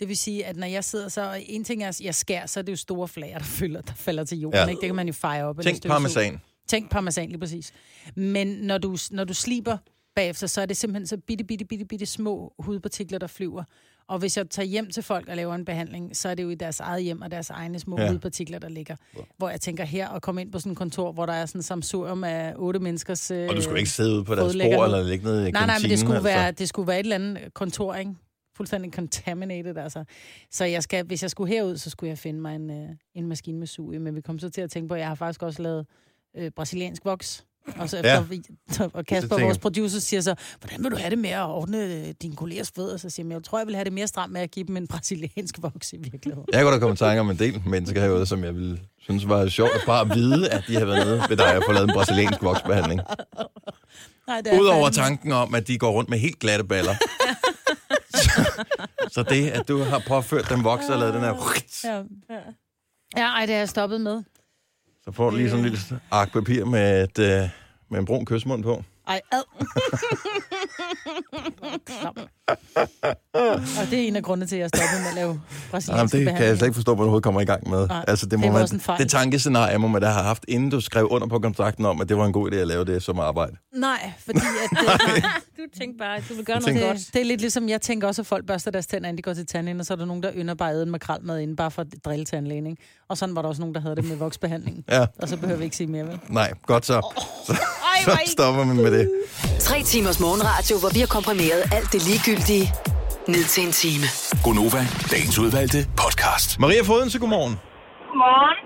Speaker 2: Det vil sige, at når jeg sidder så, og en ting er, at jeg skærer, så er det jo store flager, der, fylder, der falder til jorden.
Speaker 1: Ja.
Speaker 2: Ja. Ikke? Det kan man jo fejre op. eller
Speaker 1: Tænk
Speaker 2: støvsuge.
Speaker 1: parmesan.
Speaker 2: Tænk parmesan, lige præcis. Men når du, når du sliber bagefter, så er det simpelthen så bitte, bitte, bitte, bitte små hudpartikler, der flyver. Og hvis jeg tager hjem til folk og laver en behandling, så er det jo i deres eget hjem og deres egne små
Speaker 1: Ja.
Speaker 2: ja. hudpartikler, der ligger. Hvor jeg tænker her og komme ind på sådan et kontor, hvor der er sådan en samsurium af otte menneskers...
Speaker 1: Og du skulle ikke sidde ude på deres
Speaker 2: øh, fodlægger
Speaker 1: bord
Speaker 2: nu.
Speaker 1: eller ligge ned i
Speaker 2: Nej, nej, men
Speaker 1: kantinen,
Speaker 2: det skulle,
Speaker 1: altså.
Speaker 2: være, det skulle være et eller andet øh, kontor, ikke? Fuldstændig contaminated, altså. Så jeg skal, hvis jeg skulle herud, så skulle jeg finde mig en, øh, en maskine med suge. Men vi kom så til at tænke på, at jeg har faktisk også lavet øh, brasiliansk voks. Og, så efter,
Speaker 1: Ja.
Speaker 2: ja. vi, og
Speaker 1: Så
Speaker 2: Kasper,
Speaker 1: tænker-
Speaker 2: vores producer, siger så, hvordan vil du have det med at ordne øh, dine kollegers fødder? Så siger jeg, jeg tror, jeg vil have det mere stramt med at give dem en brasiliansk voks i virkeligheden.
Speaker 1: Jeg kunne da komme i tanke om en del mennesker herude, som jeg ville synes var sjovt at bare vide, at de har været nede ved dig og fået lavet en brasiliansk voksbehandling.
Speaker 2: Nej, det
Speaker 1: Udover
Speaker 2: fandme-
Speaker 1: tanken om, at de går rundt med helt glatte baller. så, så det, at du har påført dem voks og lavet den her...
Speaker 2: Ja, ja. ja ej, det har jeg stoppet med.
Speaker 1: Så får du lige sådan en lille ark papir med, et, øh, med en brun kysmund på.
Speaker 2: Ej, ad. Klam. og det er en af grundene til, at jeg stoppede med at lave
Speaker 1: Jamen,
Speaker 2: brasilianske
Speaker 1: det kan jeg
Speaker 2: behandlinger.
Speaker 1: slet ikke forstå, hvor du overhovedet kommer i gang med.
Speaker 2: Nej,
Speaker 1: altså, det,
Speaker 2: det
Speaker 1: må
Speaker 2: var
Speaker 1: man,
Speaker 2: også en fejl.
Speaker 1: det tankescenarie må man da have haft, inden du skrev under på kontrakten om, at det var en god idé at lave det som arbejde.
Speaker 2: Nej, fordi at, det,
Speaker 3: Du tænkte bare, at du vil gøre
Speaker 1: Jeg tænkte-
Speaker 3: noget
Speaker 2: det, det er lidt ligesom, jeg tænker også, at folk børster deres tænder, inden de går til tandlægen, og så er der nogen, der ynder bare at æde en makrelmad inden, bare for at drille tandlægen. ikke? Og sådan var der også nogen, der havde det med voksbehandling.
Speaker 1: Ja.
Speaker 2: Og så behøver vi ikke sige mere, vel?
Speaker 1: Nej, godt så. Så, så stopper man med det.
Speaker 4: Tre timers morgenradio, hvor vi har komprimeret alt det ligegyldige ned til en time.
Speaker 5: Gonova, dagens udvalgte podcast.
Speaker 1: Maria Foden, så godmorgen.
Speaker 8: Morgen.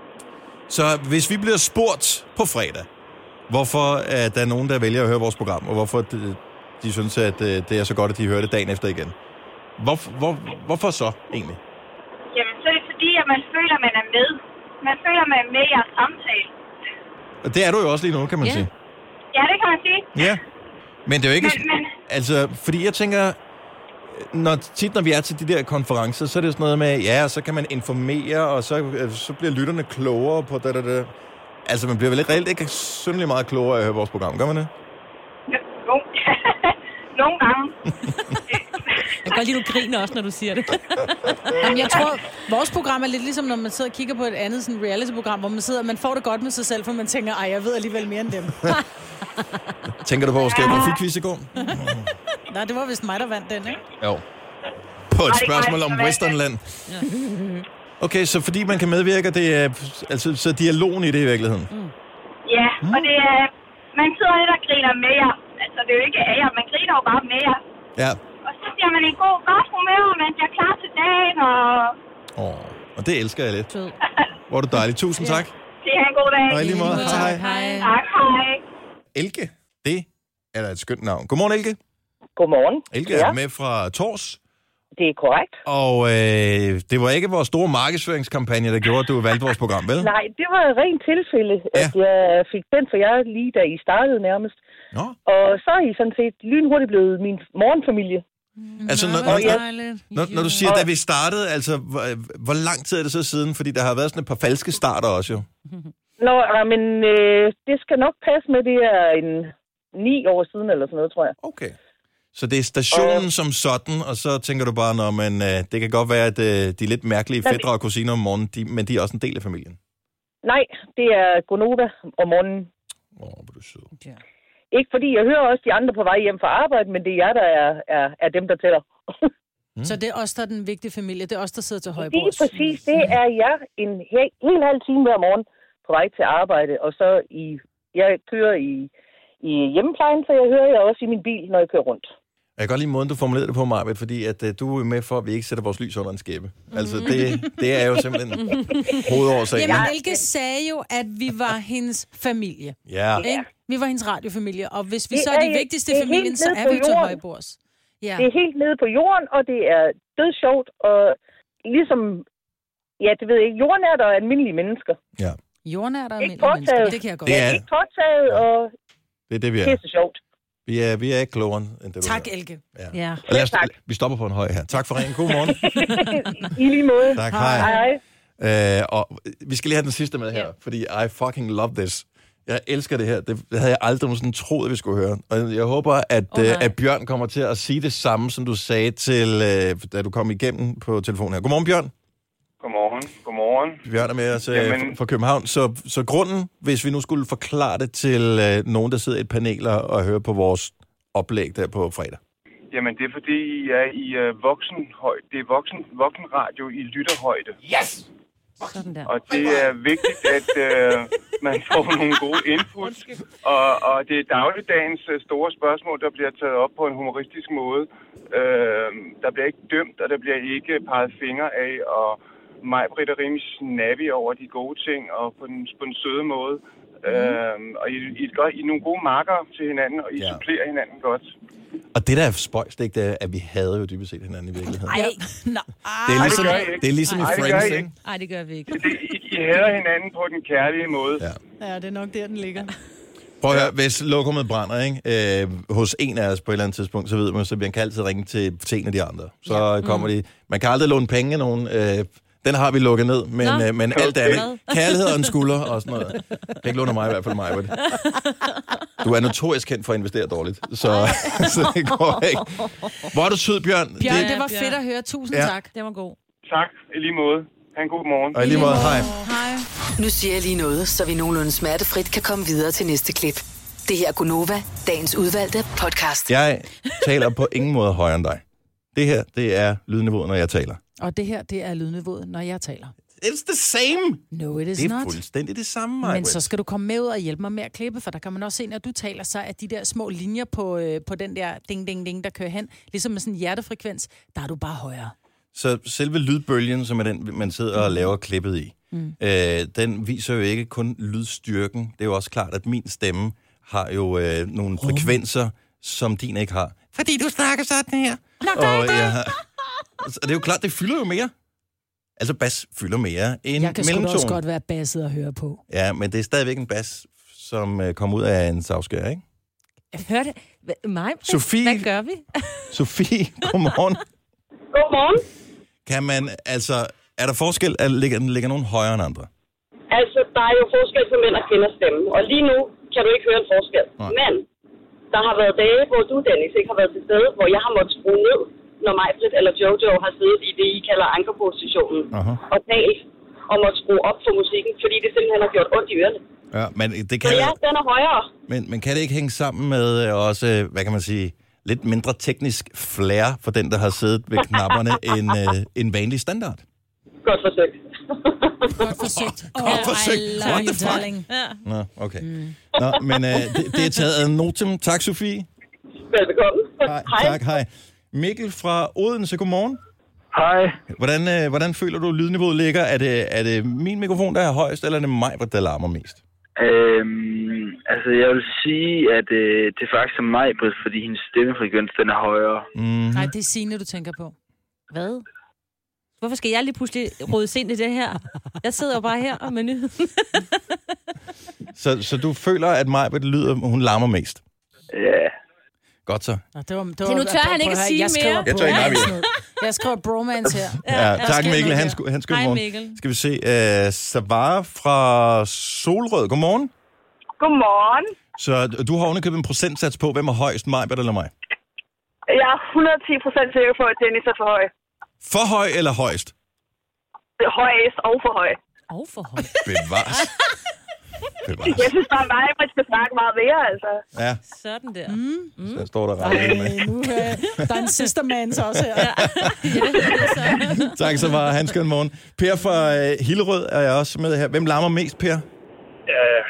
Speaker 1: Så hvis vi bliver spurgt på fredag, hvorfor er der nogen, der vælger at høre vores program, og hvorfor de, de synes, at øh, det er så godt, at de hører det dagen efter igen. Hvor, hvor, hvorfor så egentlig?
Speaker 8: Jamen, så er det fordi, at man føler, at man er med. Man føler, at man er med i jeres samtale.
Speaker 1: Og det er du jo også lige nu, kan man
Speaker 3: Ja.
Speaker 1: sige.
Speaker 8: Ja, det kan man sige.
Speaker 1: Ja. Men det er jo ikke...
Speaker 8: Men- men-
Speaker 1: Altså, fordi jeg tænker... Når, tit, når vi er til de der konferencer, så er det sådan noget med, ja, så kan man informere, og så, øh, så bliver lytterne klogere på det, det, det. Altså, man bliver vel ikke reelt ikke syndelig meget klogere af at høre vores program, gør man det?
Speaker 8: Jo. Nogle gange.
Speaker 3: Jeg kan godt lide, du griner også, når du siger det.
Speaker 2: Men jeg tror, vores program er lidt ligesom, når man sidder og kigger på et andet sådan reality-program, hvor man sidder, og man får det godt med sig selv, for man tænker, ej, jeg ved alligevel mere end dem.
Speaker 1: Tænker du på vores geografikvist i går?
Speaker 2: Nej, det var vist mig, der vandt den, ikke?
Speaker 1: Jo. På et
Speaker 8: det kan
Speaker 1: spørgsmål
Speaker 8: jeg
Speaker 1: om
Speaker 8: ikke.
Speaker 1: Westernland. Okay, så fordi man kan medvirke, det er, altså, så er dialogen i det i virkeligheden.
Speaker 8: Ja, og det er... Man sidder lidt og griner med jer. Altså, det er jo ikke af jer. Man griner jo bare med jer.
Speaker 1: Ja.
Speaker 8: Og så bliver man i god, godt humør, og man bliver klar til dagen, og
Speaker 1: Åh, og det elsker jeg lidt. Hvor er du dejlig. Tusind tak.
Speaker 8: det er en god dag.
Speaker 1: Og i lige måde. Hej.
Speaker 3: Hej.
Speaker 8: Tak, hej.
Speaker 1: Elke. Det er da et skønt navn. Godmorgen, Elke.
Speaker 9: Godmorgen.
Speaker 1: Elke er med fra Tors.
Speaker 9: Det er korrekt.
Speaker 1: Og øh, det var ikke vores store markedsføringskampagne, der gjorde, at du valgte vores program, vel?
Speaker 9: Nej, det var et rent tilfælde, ja. at jeg fik den for jer lige da I startede nærmest.
Speaker 1: Nå.
Speaker 9: Og så er I sådan set lynhurtigt blevet min morgenfamilie.
Speaker 1: Altså, når,
Speaker 9: hvor
Speaker 1: når,
Speaker 2: dejligt.
Speaker 1: når, når du siger, da vi startede, altså, hvor, hvor lang tid er det så siden? Fordi der har været sådan et par falske starter også, jo.
Speaker 9: Nå, ja, men øh, det skal nok passe med, det er en ni år siden eller sådan noget, tror jeg.
Speaker 1: Okay. Så det er
Speaker 9: Øh.
Speaker 1: stationen og... som sådan, og så tænker du bare, når man, øh, det kan godt være, at øh, de lidt mærkelige
Speaker 9: Men-
Speaker 1: fædre og kusiner om morgenen, de, men de er også en del af familien.
Speaker 9: Nej, det er Gonova om morgenen.
Speaker 1: Åh, hvor er du sød.
Speaker 9: Ikke fordi jeg hører også de andre på vej hjem fra arbejde, men det er jer, der er, er, er dem, der tæller.
Speaker 2: Mm. Så det er os, der er den vigtige familie. Det er os, der sidder til
Speaker 8: Lige
Speaker 2: højbords.
Speaker 8: præcis, det er jeg en hel, en halv time hver morgen på vej til arbejde, og så i, jeg kører i, i hjemmeplejen, så jeg hører jeg også i min bil, når jeg kører rundt.
Speaker 1: Jeg kan godt lide måden, du formulerede det på, Marvitt, fordi at, øh, du er med for, at vi ikke sætter vores lys under en skæbe. Altså, det, det er jo simpelthen hovedårsagen.
Speaker 2: Jamen,
Speaker 1: ikke?
Speaker 2: Elke sagde jo, at vi var hendes familie.
Speaker 1: Ja.
Speaker 2: Ikke? Vi var hendes radiofamilie, og hvis vi
Speaker 8: Det
Speaker 2: så er
Speaker 8: er
Speaker 2: de
Speaker 8: jo-
Speaker 2: vigtigste i
Speaker 8: det er
Speaker 2: familien,
Speaker 8: helt
Speaker 2: så
Speaker 8: nede
Speaker 2: er
Speaker 8: på
Speaker 2: vi jo til
Speaker 8: jorden.
Speaker 2: højbords. Ja.
Speaker 8: Det er helt nede på jorden, og det er dødsjovt, og ligesom, ja, det ved jeg ikke, jordnært og almindelige mennesker.
Speaker 1: ja,
Speaker 2: Jorden er der
Speaker 8: Ikke
Speaker 2: almindelige mennesker.
Speaker 8: påtaget.
Speaker 2: Det kan jeg godt.
Speaker 1: Det er-
Speaker 8: Ja. Ikke påtaget, og
Speaker 1: det er det, vi
Speaker 8: det
Speaker 1: er.
Speaker 8: er så sjovt.
Speaker 1: Vi er, vi er ikke klogere end det, du
Speaker 2: Tak,
Speaker 1: er.
Speaker 2: Elke.
Speaker 1: Ja.
Speaker 3: Ja.
Speaker 1: Og Lad os,
Speaker 8: tak.
Speaker 1: Vi stopper på en høj her. Tak for ringen. God morgen.
Speaker 8: I lige måde.
Speaker 1: tak,
Speaker 8: Hej,
Speaker 1: hej.
Speaker 8: hej.
Speaker 1: hej. Øh, og vi skal lige have den sidste med her, fordi I fucking love this. Jeg elsker det her. Det havde jeg aldrig nogensinde troet, vi skulle høre. Og jeg håber, at, oh, øh, at Bjørn kommer til at sige det samme, som du sagde til, øh, da du kom igennem på telefonen her. Godmorgen, Bjørn.
Speaker 9: Godmorgen. Godmorgen.
Speaker 1: Bjørn er med os øh,
Speaker 9: Jamen.
Speaker 1: fra- fra København. Så, så grunden, hvis vi nu skulle forklare det til øh, nogen, der sidder i et panel og, og hører på vores oplæg der på fredag.
Speaker 9: Jamen, det er fordi, I er i øh, voksenhøj. Det er voksen, voksenradio i lytterhøjde.
Speaker 3: Sådan der.
Speaker 9: Og det er vigtigt, at øh, man får nogle gode input. Og, og det er dagligdagens øh, store spørgsmål, der bliver taget op på en humoristisk måde. Øh, der bliver ikke dømt, og der bliver ikke peget fingre af. Og mig, Britt og Rimis, navi over de gode ting og på den, på den søde måde. Mm. Øhm, og I, I, gør, I er nogle gode markere til hinanden, og I
Speaker 1: Ja.
Speaker 9: ja. supplerer hinanden godt.
Speaker 1: Og det, der er spøjst, ikke, det er, at vi havde jo dybest set hinanden i virkeligheden.
Speaker 2: Ej, nå. Ah,
Speaker 1: Det er ligesom,
Speaker 9: det gør I ikke.
Speaker 1: det er ligesom i
Speaker 9: Ej, det gør
Speaker 1: Friends,
Speaker 9: I
Speaker 1: ikke?
Speaker 9: ikke.
Speaker 3: Nej, det gør vi ikke.
Speaker 9: Det, I, I hader hinanden på den kærlige måde.
Speaker 1: Ja.
Speaker 2: Ja, det er nok der, den ligger.
Speaker 1: Prøv at høre, hvis lokummet brænder ikke? Øh, hos en af os på et eller andet tidspunkt, så ved man, så man kan altid ringe til, til en af de andre. Så ja. Mm. kommer de. Man kan aldrig låne penge af nogen. Øh, den har vi lukket ned, men,
Speaker 3: Nå.
Speaker 1: øh, men alt andet.
Speaker 3: Hvad?
Speaker 1: Kærlighed og en skulder og sådan noget. Du kan ikke låne af mig i hvert fald mig. Vel? Du er notorisk kendt for at investere dårligt, så, så det går ikke. Hvor er du sød, Bjørn.
Speaker 2: Bjørn, det,
Speaker 1: det,
Speaker 2: var
Speaker 3: Bjørn.
Speaker 2: fedt at høre. Tusind
Speaker 1: Ja.
Speaker 2: ja. tak.
Speaker 3: Det var god.
Speaker 9: Tak, i lige måde. Ha' en god morgen.
Speaker 1: og i lige måde, hej.
Speaker 2: Hej.
Speaker 4: Nu siger jeg lige noget, så vi nogenlunde smertefrit kan komme videre til næste klip. Det her er Gunova, dagens udvalgte podcast.
Speaker 1: Jeg taler på ingen måde højere end dig. Det her, det er lydniveauet, når jeg taler.
Speaker 2: Og det her, det er lydniveauet, når jeg taler.
Speaker 1: It's the same.
Speaker 2: No, it is
Speaker 1: Det er
Speaker 2: not.
Speaker 1: fuldstændig det samme, Maja.
Speaker 2: Men så skal du komme med ud og hjælpe mig med at klippe, for der kan man også se, når du taler, så at de der små linjer på, øh, på den der ding-ding-ding, der kører hen, ligesom med sådan en hjertefrekvens, der er du bare højere.
Speaker 1: Så selve lydbølgen, som er den, man sidder og laver klippet i, mm. øh, den viser jo ikke kun lydstyrken. Det er jo også klart, at min stemme har jo øh, nogle Rum. frekvenser, som din ikke har. Fordi du snakker sådan her. Og, jeg har... og det er jo klart, det fylder jo mere. Altså bas fylder mere end
Speaker 2: Jeg kan sgu da
Speaker 1: mellemtonen.
Speaker 2: også godt være basset at høre på.
Speaker 1: Ja, men det er stadigskæg en bas, som øh, kommer ud af en savskær, ikke?
Speaker 3: Hørte mig?
Speaker 1: Sofie.
Speaker 3: Hvad gør vi?
Speaker 1: Sofie, godmorgen.
Speaker 8: Godmorgen.
Speaker 1: Kan man, altså, er der forskel, at ligger, ligger nogen højere end andre?
Speaker 8: Altså, der er jo forskel på mænd og kvinders stemme, og lige nu kan du ikke høre en forskel.
Speaker 1: Nej.
Speaker 8: Men der har været dage, hvor du, Dennis, ikke har været til stede, hvor jeg har måttet skrue ned, når Majbrit eller Jojo har siddet i det, I kalder ankerpositionen,
Speaker 1: Aha.
Speaker 8: og talt og måtte skrue op for musikken, fordi det simpelthen har gjort ondt i ørerne.
Speaker 1: Ja, men det
Speaker 8: Så
Speaker 1: kan,
Speaker 8: ja,
Speaker 1: jo-
Speaker 8: den er højere.
Speaker 1: men, men kan det ikke hænge sammen med øh, også, øh, hvad kan man sige, lidt mindre teknisk flair for den, der har siddet ved knapperne, end øh, en vanlig standard?
Speaker 8: Godt forsøgt.
Speaker 2: Godt forsøgt. Oh,
Speaker 1: godt forsøgt.
Speaker 2: I
Speaker 1: What
Speaker 2: love you,
Speaker 1: the fuck?
Speaker 2: darling.
Speaker 1: Nå, okay. Mm. Nå, men øh, det, det er taget ad notum. Tak, Sofie.
Speaker 8: Velbekomme.
Speaker 1: Tak, hej. Mikkel fra Odense, godmorgen.
Speaker 9: Hej.
Speaker 1: Hvordan, øh, hvordan føler du, lydniveauet ligger? Er det, er det min mikrofon, der er højst, eller er det mig, der larmer mest?
Speaker 9: Øhm, altså, jeg vil sige, at øh, det er faktisk mig, Britt, fordi hendes stemmefrekvens, den er højere.
Speaker 1: Mm.
Speaker 2: Nej, det er Signe, du tænker på.
Speaker 3: Hvad? Hvorfor skal jeg lige pludselig rådes ind i det her? Jeg sidder jo bare her og med nyheden.
Speaker 1: Så, så du føler, at Majbet lyder, hun larmer mest?
Speaker 9: Ja.
Speaker 1: Godt så.
Speaker 2: Nå, det var, det var,
Speaker 3: nu tør
Speaker 2: prøv-
Speaker 3: han
Speaker 2: prøv at
Speaker 3: ikke
Speaker 2: høre,
Speaker 3: sige
Speaker 2: jeg skriver
Speaker 3: mere.
Speaker 1: Jeg tror ikke, nej, vi-
Speaker 2: bromance ned. Jeg skriver bromance her.
Speaker 1: Ja, ja, tak
Speaker 2: sker
Speaker 1: Mikkel.
Speaker 2: noget
Speaker 1: Han,
Speaker 2: her.
Speaker 1: sku- han skød
Speaker 3: Hej,
Speaker 1: morgen.
Speaker 3: Mikkel.
Speaker 1: Skal vi se. Uh, Savara fra Solrød. Godmorgen.
Speaker 10: Godmorgen.
Speaker 1: Så du har ovenikøbet en procentsats på, hvem er højst, Majbert eller mig?
Speaker 10: Jeg er 110 procent sikker på, at Dennis er for høj.
Speaker 1: For høj eller højst?
Speaker 10: Højest og for høj.
Speaker 3: Og for højt.
Speaker 1: Bevares.
Speaker 8: Jeg synes bare, mig man skal snakke meget mere, altså.
Speaker 1: Ja,
Speaker 6: Sådan der.
Speaker 2: Mm.
Speaker 1: så står der ret med.
Speaker 2: Nu, øh, der er en sisterman så også her.
Speaker 1: Tak så meget. Hans, skøn morgen. Per fra øh, Hillerød er jeg også med her. Hvem larmer mest, Per?
Speaker 11: Øh,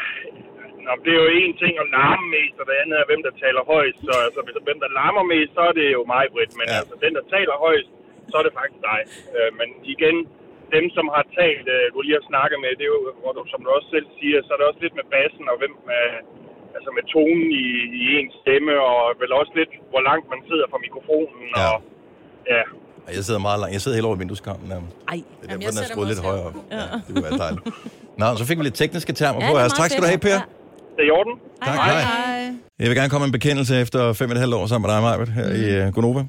Speaker 11: nå, det er jo en ting om larme mest, og det andet er, hvem der taler højst. Så altså, hvis hvem der larmer mest, så er det jo mig, Britt. Men ja. altså, den, der taler højst, så er det faktisk dig. Øh, men igen, dem, som har talt, øh, du lige har snakket med, det er jo, hvor du, som du også selv siger, så er det også lidt med bassen, og hvem, øh, altså med tonen i, i ens stemme, og vel også lidt, hvor langt man sidder fra mikrofonen. Ja. Og, ja,
Speaker 1: Ej, Jeg sidder meget langt. Jeg sidder helt over i vindueskarmen nærmest.
Speaker 6: Ej,
Speaker 1: Det er derfor, den er skruet lidt højere op. Ja. det kunne være dejligt. Nå, så fik vi lidt tekniske termer
Speaker 6: Ja,
Speaker 1: på
Speaker 6: det er
Speaker 1: her.
Speaker 6: meget
Speaker 1: Tak skal du have, Per.
Speaker 6: fedt.
Speaker 11: det er i orden.
Speaker 1: Tak, hej. Jeg vil gerne komme med en bekendelse efter fem og et halvt år sammen med dig, Majbert, her mm. i øh, Gonova.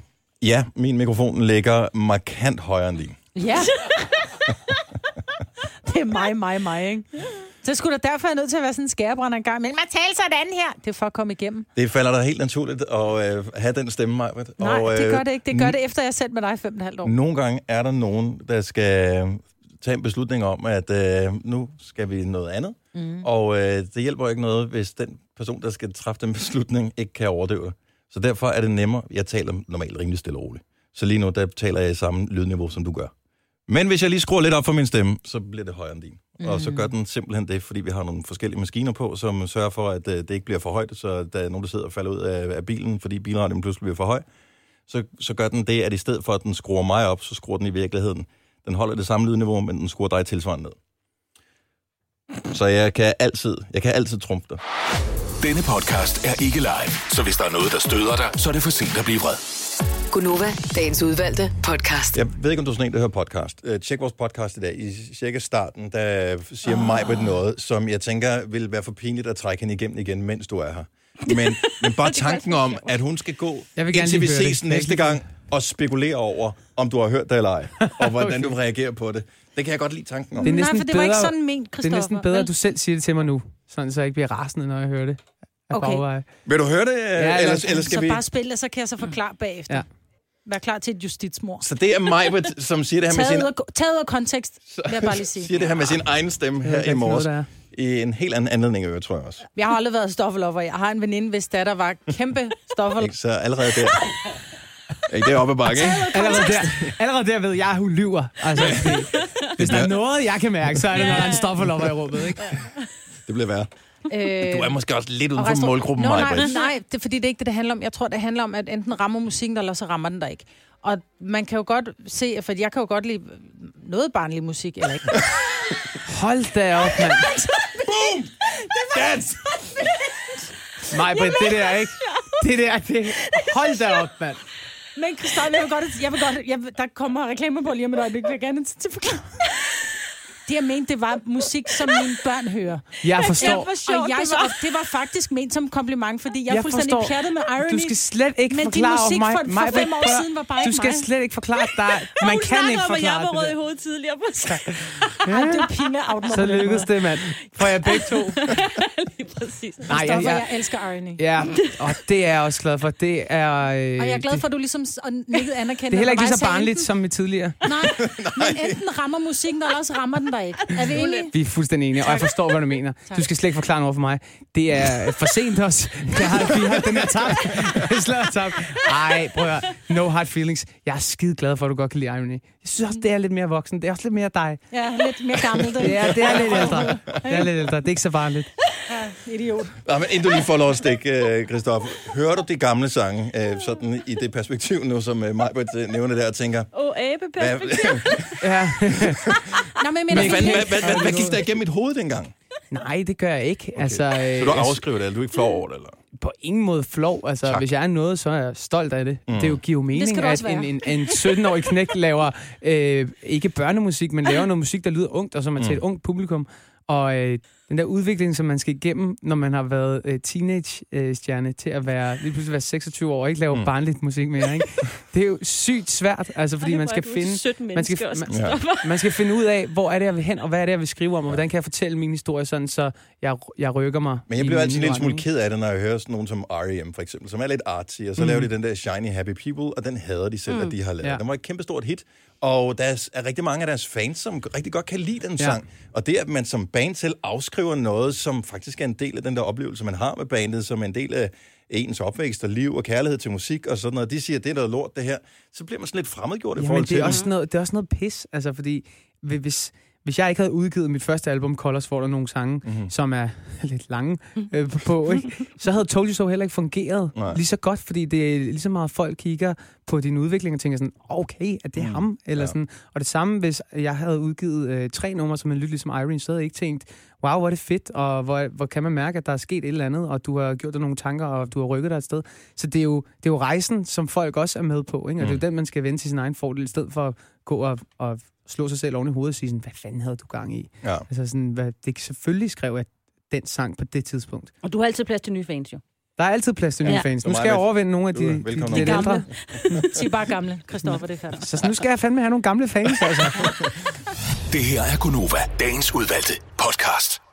Speaker 1: Ja, min mikrofon ligger markant højere end din.
Speaker 2: Ja. det er mig, mig, mig, ikke? Så skulle der derfor jeg er nødt til at være sådan en skærebrænder en gang imellem. Man taler sådan her. Det er for at komme igennem.
Speaker 1: Det falder dig helt naturligt at øh, have den stemme, Majbert.
Speaker 2: Nej,
Speaker 1: og,
Speaker 9: øh,
Speaker 1: øh,
Speaker 2: det gør det ikke. Det gør det efter, jeg har sendt med dig i fem og et halvt år.
Speaker 1: Nogle gange er der nogen, der skal tage en beslutning om, at øh, nu skal vi noget andet. Mm. Og øh, det hjælper ikke noget, hvis den person, der skal træffe den beslutning, ikke kan overdøve det. Så derfor er det nemmere. Jeg taler normalt rimelig stille og roligt. Så lige nu, der taler jeg i samme lydniveau, som du gør. Men hvis jeg lige skruer lidt op for min stemme, så bliver det højere end din. Mm. Og så gør den simpelthen det, fordi vi har nogle forskellige maskiner på, som sørger for, at øh, det ikke bliver for højt, så der er nogen, der sidder og falder ud af, af bilen, fordi bilradioen pludselig bliver for høj. Så, så gør den det, at i stedet for, at den skruer mig op, så skruer den i virkeligheden. Den holder det samme lydniveau, men den skruer dig tilsvarende ned. Så jeg kan altid, jeg kan altid trumfe dig.
Speaker 5: Denne podcast er ikke live, så hvis der er noget, der støder dig, så er det for sent at blive vred.
Speaker 4: Gunova, dagens udvalgte podcast.
Speaker 1: Jeg ved ikke, om du er sådan en, der hører podcast. Øh, Tjek vores podcast i dag. I cirka starten, der siger
Speaker 9: Ah.
Speaker 1: oh. mig på noget, som jeg tænker vil være for pinligt at trække hende igennem igen, mens du er her. Men, men bare tanken om, at hun skal gå,
Speaker 9: Jeg vil gerne
Speaker 1: indtil vi
Speaker 9: lige høre det.
Speaker 1: ses
Speaker 9: Jeg vil
Speaker 1: næste
Speaker 9: lige-
Speaker 1: gang, og spekulere over, om du har hørt det eller ej, og hvordan du reagerer på det. Det kan jeg godt lide tanken om.
Speaker 9: Det er næsten
Speaker 2: for det var ikke
Speaker 9: bedre-
Speaker 2: sådan ment,
Speaker 9: Det er næsten
Speaker 2: Christoffer,
Speaker 9: bedre,
Speaker 2: vel?
Speaker 9: at du selv siger det til mig nu, sådan så jeg ikke bliver rasende, når jeg hører det. Jeg
Speaker 2: Okay.
Speaker 9: bare-
Speaker 1: Vil du høre det, ja, ellers,
Speaker 9: eller-
Speaker 1: eller skal
Speaker 2: så
Speaker 1: vi...
Speaker 2: bare spil, og så kan jeg så forklare bagefter.
Speaker 9: Ja.
Speaker 2: Ja. Vær klar til et justitsmord.
Speaker 1: Så det er Majbert, som siger det her med
Speaker 2: Taget
Speaker 1: sin...
Speaker 2: ud, af, taget ud af kontekst, vil jeg bare lige sige.
Speaker 1: siger det her med sin egen stemme
Speaker 9: er
Speaker 1: her i
Speaker 9: rigtig noget,
Speaker 1: morges.
Speaker 9: der er.
Speaker 1: I en helt anden anledning, i øvrigt, tror jeg også.
Speaker 2: Jeg har aldrig været stofferlover. Jeg har en veninde, hvis datter var kæmpe stofferlover.
Speaker 1: Ikke? Så allerede der... Ikke, det er oppe ad bakke, ikke?
Speaker 9: Allerede der, allerede der ved jeg, at hun lyver. Altså, det- hvis der er noget, jeg kan mærke, så er det, når der er en stofferlopper i rummet. Ikke?
Speaker 1: Det bliver værre.
Speaker 2: Øh,
Speaker 1: Du er måske også lidt uden
Speaker 2: og
Speaker 1: for
Speaker 2: restaur-
Speaker 1: målgruppen,
Speaker 2: Nå, nej,
Speaker 1: Majbert.
Speaker 2: nej, det er fordi, det er ikke det, det handler om. Jeg tror, det handler om, at enten rammer musikken, eller så rammer den der ikke. Og man kan jo godt se, for jeg kan jo godt lide noget barnlig musik, eller ikke?
Speaker 9: Hold da op, mand.
Speaker 1: Dans!
Speaker 9: Nej, men det der, ikke? Det der, det... Hold da op, mand.
Speaker 2: Men Christoffer, jeg vil godt... Jeg vil godt jeg, vil- der kommer reklamer på lige om et øjeblik. Jeg vil gerne til til forklare. Det, jeg mente, det var musik, som mine børn hører.
Speaker 9: Jeg forstår.
Speaker 2: og jeg, det, var. det var faktisk ment som kompliment, fordi jeg, er
Speaker 9: Jeg
Speaker 2: fuldstændig
Speaker 9: forstår.
Speaker 2: pjattet med irony.
Speaker 9: Du skal slet ikke
Speaker 2: Men din
Speaker 9: forklare
Speaker 2: musik
Speaker 9: mig.
Speaker 2: for- for
Speaker 9: mig-
Speaker 2: fem år
Speaker 9: prøv-
Speaker 2: siden var bare
Speaker 9: Du
Speaker 2: ikke
Speaker 9: skal
Speaker 2: mig.
Speaker 9: slet ikke forklare dig. Man kan ikke
Speaker 6: om, at jeg
Speaker 9: forklare
Speaker 6: var
Speaker 9: det
Speaker 6: rød
Speaker 9: der.
Speaker 6: i hovedet tidligere. På
Speaker 2: Ej, det er pinligt out
Speaker 9: Så lykkedes det, mand. For jeg begge to.
Speaker 6: Lige præcis.
Speaker 9: Nej, jeg,
Speaker 2: Stoffer, jeg
Speaker 9: jeg,
Speaker 2: elsker irony.
Speaker 9: ja, og det er jeg også glad for. Det er, øh,
Speaker 2: Og jeg er glad
Speaker 9: det,
Speaker 2: for, at du ligesom s- og nikket anerkender.
Speaker 9: det er heller
Speaker 2: når
Speaker 9: ikke lige
Speaker 2: mig
Speaker 9: så
Speaker 2: sagde
Speaker 9: barnligt
Speaker 2: enten-
Speaker 9: som i tidligere.
Speaker 2: Nej, men enten rammer musikken, eller også rammer den der ikke. Er vi enige?
Speaker 9: Vi er fuldstændig enige, og jeg forstår, hvad du mener. Du skal slet ikke forklare noget for mig. Det er for sent også. Jeg har, vi har den her tab. Slag tab. Ej, prøv at høre. No hard feelings. Jeg er skide glad for, at du godt kan lide Irony. Jeg synes også, det er lidt mere voksen. Det er også lidt mere dig.
Speaker 2: Ja, lidt mere gammel.
Speaker 9: Det er, det er lidt ældre. Det er lidt ældre. Det er ikke så barnligt.
Speaker 2: Idiot.
Speaker 1: Nej, men inden du lige får lov at stikke, øh, Christoffer. Hører du de gamle sange, øh, sådan i det perspektiv nu, som øh, Majbert øh, nævner der, og tænker...
Speaker 6: Åh,
Speaker 1: Hvad,
Speaker 6: abeperspektiv.
Speaker 9: Ja.
Speaker 2: Nå, men jeg
Speaker 1: men hvad,
Speaker 2: mener,
Speaker 1: hvad,
Speaker 2: det
Speaker 1: hvad,
Speaker 2: er
Speaker 1: hvad, hvad, hvad gik der igennem mit hoved dengang?
Speaker 9: Nej, det gør jeg ikke. Altså,
Speaker 1: Så
Speaker 9: øh,
Speaker 1: du afskriver det, eller du er ikke flov over det, eller?
Speaker 9: på ingen måde flov. Altså, tak. hvis jeg er noget, så er jeg stolt af det. Mm. Det er jo giver jo
Speaker 2: Det skal du
Speaker 9: mening, at
Speaker 2: også
Speaker 9: en,
Speaker 2: være.
Speaker 9: en, en 17-årig knægt laver øh, ikke børnemusik, men laver noget musik, der lyder ungt, og som er til
Speaker 1: Mm.
Speaker 9: et ungt publikum. Og øh, den der udvikling, som man skal igennem, når man har været øh, teenage-stjerne øh, stjerne til at være, lige pludselig være 26 år og ikke lave mm. barnligt musik mere, ikke? det er jo sygt svært, altså, fordi man skal finde...
Speaker 6: 17
Speaker 9: Man skal,
Speaker 6: mennesker også.
Speaker 9: man, man skal finde ud af, hvor er det, jeg vil hen, og hvad er det, jeg vil skrive om, og hvordan kan jeg fortælle min historie, sådan, så jeg, jeg rykker mig.
Speaker 1: Men
Speaker 9: i
Speaker 1: jeg bliver
Speaker 9: min
Speaker 1: altid en lille smule
Speaker 9: retning.
Speaker 1: ked af det, når jeg hører sådan nogen som R.E.M. for eksempel, som er lidt artsy, og så mm. laver de den der Shiny Happy People, og den hader de selv, mm. at de har lavet. Ja.
Speaker 9: Ja.
Speaker 1: Den var et kæmpestort hit, og der er s- er rigtig mange af deres fans, som rigtig godt kan lide den
Speaker 9: Ja.
Speaker 1: sang. Og det, at man som band selv afskriver genskriver noget, som faktisk er en del af den der oplevelse, man har med bandet, som er en del af ens opvækst og liv og kærlighed til musik og sådan noget, de siger, det er noget lort, det her, så bliver man sådan lidt fremmedgjort i
Speaker 9: Jamen,
Speaker 1: forhold
Speaker 9: det
Speaker 1: til
Speaker 9: er, også noget, det er også noget pis, altså, fordi hvi- hvis, hvis jeg ikke havde udgivet mit første album, Colors, hvor der er nogle sange, mm-hmm. som er lidt lange øh, på, ikke? så havde Told You So heller ikke fungeret
Speaker 1: Nej.
Speaker 9: Nej. lige så godt, fordi det er lige så meget folk kigger på din udvikling og tænker sådan, okay, er det mm. ham? Eller ja. sådan. Og det samme, hvis jeg havde udgivet øh, tre numre, som en lyttede ligesom Irene, så havde jeg ikke tænkt, wow, hvor er det fedt, og hvor, hvor kan man mærke, at der er sket et eller andet, og du har gjort dig nogle tanker, og du har rykket dig et sted. Så det er jo, det er jo rejsen, som folk også er med på, ikke? og mm. det er jo den, man skal vende til sin egen fordel, i stedet for at gå og, og slå sig selv oven i hovedet og sige sådan, hvad fanden havde du gang i?
Speaker 1: Ja.
Speaker 9: Altså sådan, hvad, det selvfølgelig skrev jeg den sang på det tidspunkt.
Speaker 6: Og du har altid plads til nye fans, jo.
Speaker 9: Der er altid plads til nye
Speaker 6: Ja.
Speaker 9: ja. fans.
Speaker 6: Så
Speaker 9: Nu
Speaker 6: mig
Speaker 9: skal jeg
Speaker 6: vel-
Speaker 9: overvinde nogle af
Speaker 1: du er
Speaker 9: de, de,
Speaker 1: velkommen.
Speaker 9: de lidt
Speaker 2: De
Speaker 9: ældre.
Speaker 2: Sig bare gamle, Christoffer, det er færdigt.
Speaker 9: Så nu skal jeg fandme have nogle gamle fans, altså.
Speaker 5: Det her er Gunova, dagens udvalgte podcast.